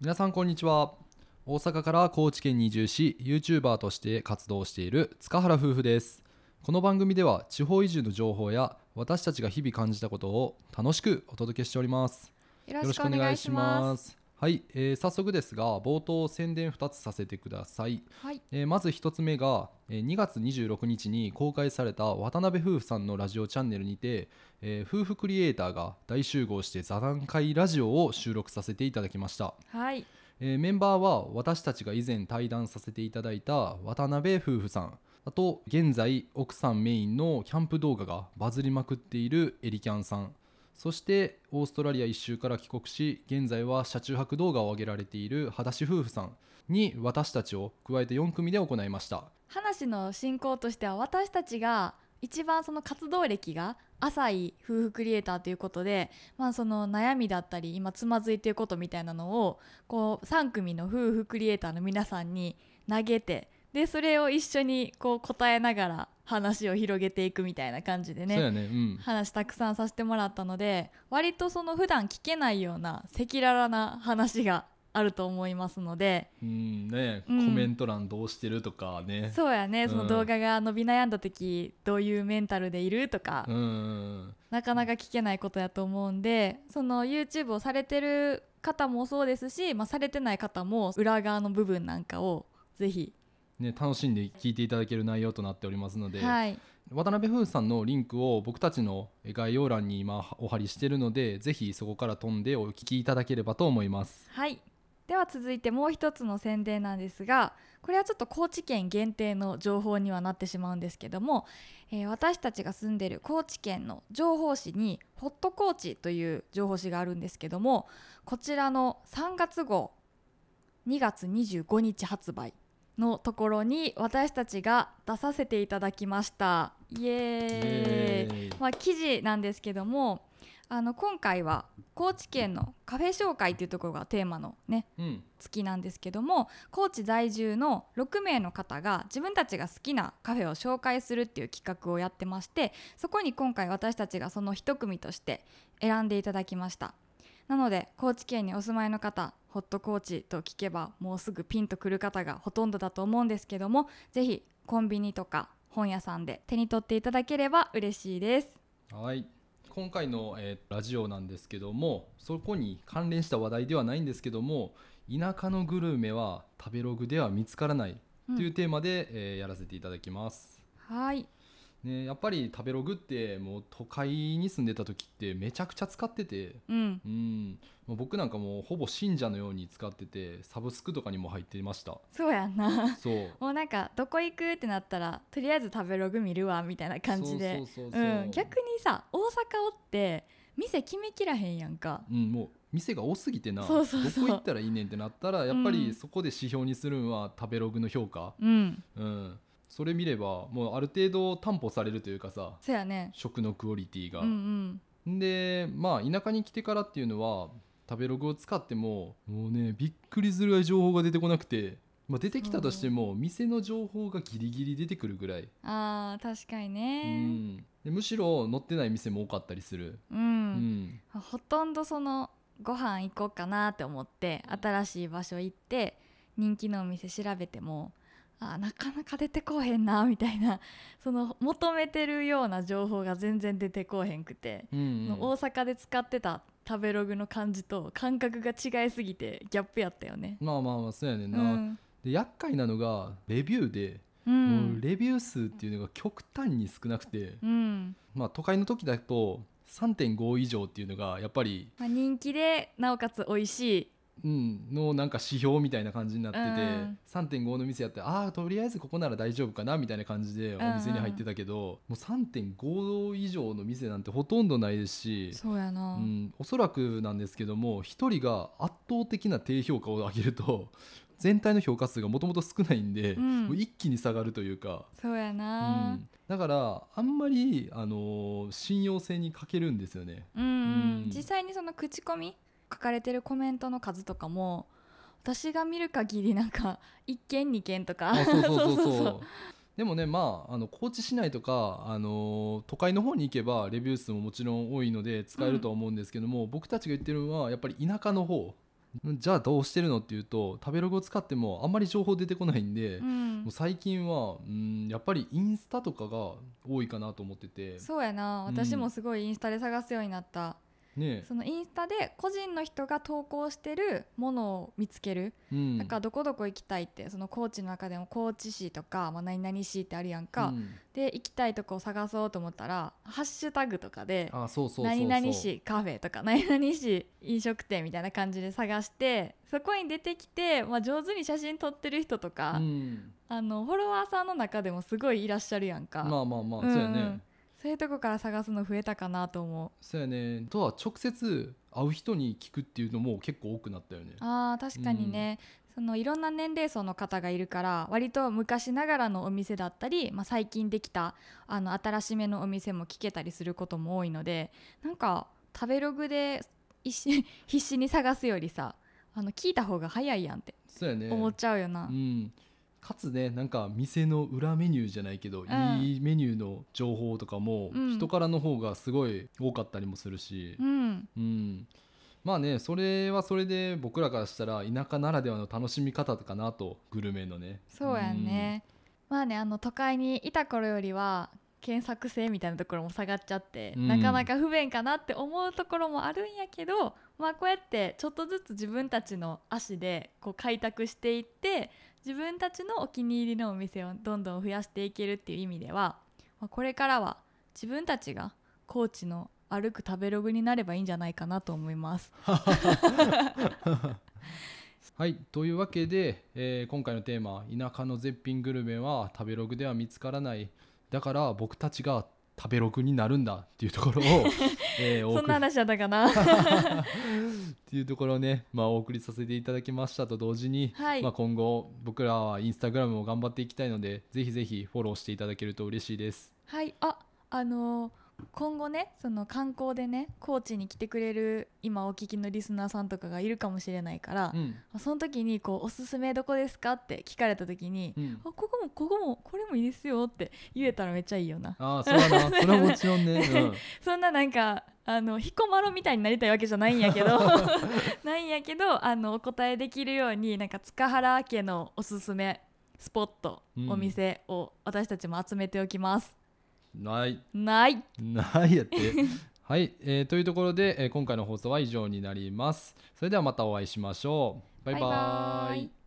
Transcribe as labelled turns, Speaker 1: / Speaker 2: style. Speaker 1: 皆さんこんにちは大阪から高知県に移住し YouTuber として活動している塚原夫婦ですこの番組では地方移住の情報や私たちが日々感じたことを楽しくお届けしております
Speaker 2: よろしくお願いします
Speaker 1: はい、えー早速ですが冒頭宣伝2つさせてください
Speaker 2: す。はい。
Speaker 1: えーまず1つ目が、えー2月26日に公開された渡辺夫婦さんのラジオチャンネルにて、えー夫婦クリエイターが大集合して座談会ラジオを収録させていただきました、
Speaker 2: はい。
Speaker 1: えーメンバーは私たちが以前対談させていただいた渡辺夫婦さんあと現在奥さんメインのキャンプ動画がバズりまくっているエリキャンさんそしてオーストラリア一周から帰国し現在は車中泊動画を上げられている裸足夫婦さんに私たちを加えて4組で行いました
Speaker 2: 話の進行としては私たちが一番その活動歴が浅い夫婦クリエイターということで、まあ、その悩みだったり今つまずいていることみたいなのをこう3組の夫婦クリエイターの皆さんに投げてでそれを一緒にこう答えながら話を広げていくみたいな感じでね
Speaker 1: そうやねうん
Speaker 2: 話たくさんさせてもらったので割とその普段聞けないような赤裸々な話があると思いますので
Speaker 1: うんね、
Speaker 2: うん
Speaker 1: コメント欄どうしてるとかね
Speaker 2: そうや
Speaker 1: う
Speaker 2: ね
Speaker 1: ん
Speaker 2: その動画が伸び悩んだ時どういうメンタルでいるとか、
Speaker 1: うんうん
Speaker 2: なかなか聞けないことやと思うんでその YouTube をされてる方もそうですし、まあ、されてない方も裏側の部分なんかをぜ
Speaker 1: うん
Speaker 2: ひ、
Speaker 1: ね楽しんで聞いていただける内容となっておりますので、
Speaker 2: はい、
Speaker 1: 渡辺夫婦さんのリンクを僕たちの概要欄に今お貼りしてるのでぜひそこから飛んでお聞きいただければと思います
Speaker 2: はい、では続いてもう一つの宣伝なんですがこれはちょっと高知県限定の情報にはなってしまうんですけども、えー私たちが住んでる高知県の情報誌に「ホット高知」という情報誌があるんですけどもこちらの3月号2月25日発売のところに私たちが出させていただきました。イエーイ
Speaker 1: イエーイ
Speaker 2: まあ、記事なんですけどもあの今回は高知県のカフェ紹介っていうところがテーマのね
Speaker 1: うん
Speaker 2: 月なんですけども高知在住の6名の方が自分たちが好きなカフェを紹介するっていう企画をやってましてそこに今回私たちがその一組として選んでいただきましたなので高知県にお住まいの方ホットコーチと聞けばもうすぐピンとくる方がほとんどだと思うんですけどもぜひコンビニとか本屋さんで手に取っていただければ嬉しいです
Speaker 1: はい今回の、えーラジオなんですけどもそこに関連した話題ではないんですけども田舎のグルメは食べログでは見つからないというテーマで、えーやらせていただきます
Speaker 2: はい
Speaker 1: ね、やっぱり食べログってもう都会に住んでた時ってめちゃくちゃ使ってて
Speaker 2: うん
Speaker 1: うん、もう僕なんかもうほぼ信者のように使っててサブスクとかにも入っていました
Speaker 2: そうやんな
Speaker 1: そう
Speaker 2: もうなんかどこ行くってなったらとりあえず食べログ見るわみたいな感じで
Speaker 1: そうそうそうそう
Speaker 2: うん逆にさ大阪おって店決めきらへんやんか
Speaker 1: うん、もう店が多すぎてな
Speaker 2: そうそうそう
Speaker 1: どこ行ったらいいねんってなったらやっぱ
Speaker 2: う
Speaker 1: り
Speaker 2: ん
Speaker 1: そこで指標にするんは食べログの評価、
Speaker 2: うん
Speaker 1: うん、それ見ればもうある程度担保されるというかさ
Speaker 2: そうやね
Speaker 1: 食のクオリティが、
Speaker 2: うん
Speaker 1: でまあ田舎に来てからっていうのは食べログを使ってももうねびっくりするぐらい情報が出てこなくて、まあ、出てきたとしても店の情報がギリギリ出てくるぐらい、
Speaker 2: うんあー確かに
Speaker 1: う
Speaker 2: ね
Speaker 1: ん、でむしろ載ってない店も多かったりする、
Speaker 2: うん、
Speaker 1: うん
Speaker 2: ほとんどそのご飯行こうかなって思って新しい場所行って人気のお店調べてもあーなかなか出てこうへんなみたいなその求めてるような情報が全然出てこうへんくて、
Speaker 1: うんうん
Speaker 2: 大阪で使ってた食べログの感じと感覚が違いすぎてギャップやったよね。
Speaker 1: まあまあまあそうやねん
Speaker 2: う
Speaker 1: な、
Speaker 2: ん、
Speaker 1: で厄介なのがレビューで、
Speaker 2: う
Speaker 1: もうんレビュー数っていうのが極端に少なくて、
Speaker 2: うん
Speaker 1: まあ都会の時だと3.5以上っていうのがやっぱり、
Speaker 2: まあ、人気でなおかつ美味しい、
Speaker 1: うん、のなんか指標みたいな感じになってて、
Speaker 2: うん
Speaker 1: 3.5の店やってああとりあえずここなら大丈夫かなみたいな感じでお店に入ってたけど、もう3.5以上の店なんてほとんどないですし。
Speaker 2: そうやな
Speaker 1: うん、おそらくなんですけども1人が圧倒的な低評価を上げると 全体の評価数がもともと少ないんで、
Speaker 2: うん
Speaker 1: もう一気に下がるというか、
Speaker 2: そうや
Speaker 1: う、
Speaker 2: なん
Speaker 1: だからあんまり、あのー信用性に欠けるんですよね。
Speaker 2: うん、うん
Speaker 1: うん
Speaker 2: 実際にその口コミ書かれてるコメントの数とかも私が見る限りなんか1件2件とか
Speaker 1: あそうそうそうそう
Speaker 2: そうそう
Speaker 1: でもねまああの高知市内とか、あのー都会の方に行けばレビュー数ももちろん多いので使えるとは思うんですけども、僕たちが言ってるのはやっぱり田舎の方じゃあどうしてるのっていうと食べログを使ってもあんまり情報出てこないんで、
Speaker 2: う
Speaker 1: も
Speaker 2: ん
Speaker 1: う、最近はうんやっぱりインスタとかが多いかなと思ってて
Speaker 2: そうやな
Speaker 1: うん
Speaker 2: 私もすごいインスタで探すようになった、
Speaker 1: ね
Speaker 2: そのインスタで個人の人が投稿してるものを見つける、
Speaker 1: うん
Speaker 2: だからどこどこ行きたいってその高知の中でも高知市とか、まあ、何々市ってあるやんか、
Speaker 1: うん
Speaker 2: で行きたいとこを探そうと思ったらハッシュタグとかで
Speaker 1: あそうそうそうそう
Speaker 2: 何々市カフェとか 何々市飲食店みたいな感じで探してそこに出てきて、まあ、上手に写真撮ってる人とか、
Speaker 1: うん、
Speaker 2: あのフォロワーさんの中でもすごいいらっしゃるやんか、
Speaker 1: まあまあまあ、
Speaker 2: うん
Speaker 1: そうやね
Speaker 2: そういうとこから探すの増えたかなと思う
Speaker 1: そうやねあとは直接会う人に聞くっていうのも結構多くなったよね
Speaker 2: あー確かにね、そのいろんな年齢層の方がいるから割と昔ながらのお店だったり、まあ、最近できたあの新しめのお店も聞けたりすることも多いのでなんか食べログで一し 必死に探すよりさあの聞いた方が早いやんって
Speaker 1: そうやね
Speaker 2: 思っちゃうよな、
Speaker 1: うん、かつねなんか店の裏メニューじゃないけど、
Speaker 2: ん
Speaker 1: いいメニューの情報とかも
Speaker 2: うん
Speaker 1: 人からの方がすごい多かったりもするし、
Speaker 2: うん
Speaker 1: うんまあねそれはそれで僕らからしたら田舎ならではの楽しみ方かなとグルメのね
Speaker 2: そうやんね、まあねあの都会にいた頃よりは検索性みたいなところも下がっちゃって、
Speaker 1: うん
Speaker 2: なかなか不便かなって思うところもあるんやけどまあこうやってちょっとずつ自分たちの足でこう開拓していって自分たちのお気に入りのお店をどんどん増やしていけるっていう意味では、まあこれからは自分たちが高知の歩く食べログになればいいんじゃないかなと思います。
Speaker 1: はいというわけで、えー今回のテーマ「田舎の絶品グルメは食べログでは見つからない」だから僕たちが食べログになるんだっていうとこ ろを、えーお
Speaker 2: そん
Speaker 1: 送
Speaker 2: な
Speaker 1: り
Speaker 2: 話だったかな。
Speaker 1: っていうところをね、まあ、お送りさせていただきましたと同時に、
Speaker 2: はい
Speaker 1: まあ、今後僕らはインスタグラムも頑張っていきたいのでぜひぜひフォローしていただけると嬉しいです
Speaker 2: はい、あ、あのー今後ね、その観光でね、高知に来てくれる今お聞きのリスナーさんとかがいるかもしれないから、
Speaker 1: うん、
Speaker 2: その時にこうおすすめどこですかって聞かれた時に、
Speaker 1: うん、
Speaker 2: あ、ここもここもこれもいいですよって言えたらめっちゃいいよな。
Speaker 1: ああそれは なそれはもちろんね、うん
Speaker 2: そんななんかあの彦摩呂みたいになりたいわけじゃないんやけ どないんやけどあのお答えできるようになんか塚原家のおすすめスポット、
Speaker 1: うん
Speaker 2: お店を私たちも集めておきます。
Speaker 1: ない
Speaker 2: ない。
Speaker 1: ないやって はい、えーというところで、えー今回の放送は以上になりますそれではまたお会いしましょうバイバ
Speaker 2: バイバ
Speaker 1: ー
Speaker 2: ー
Speaker 1: イ
Speaker 2: イ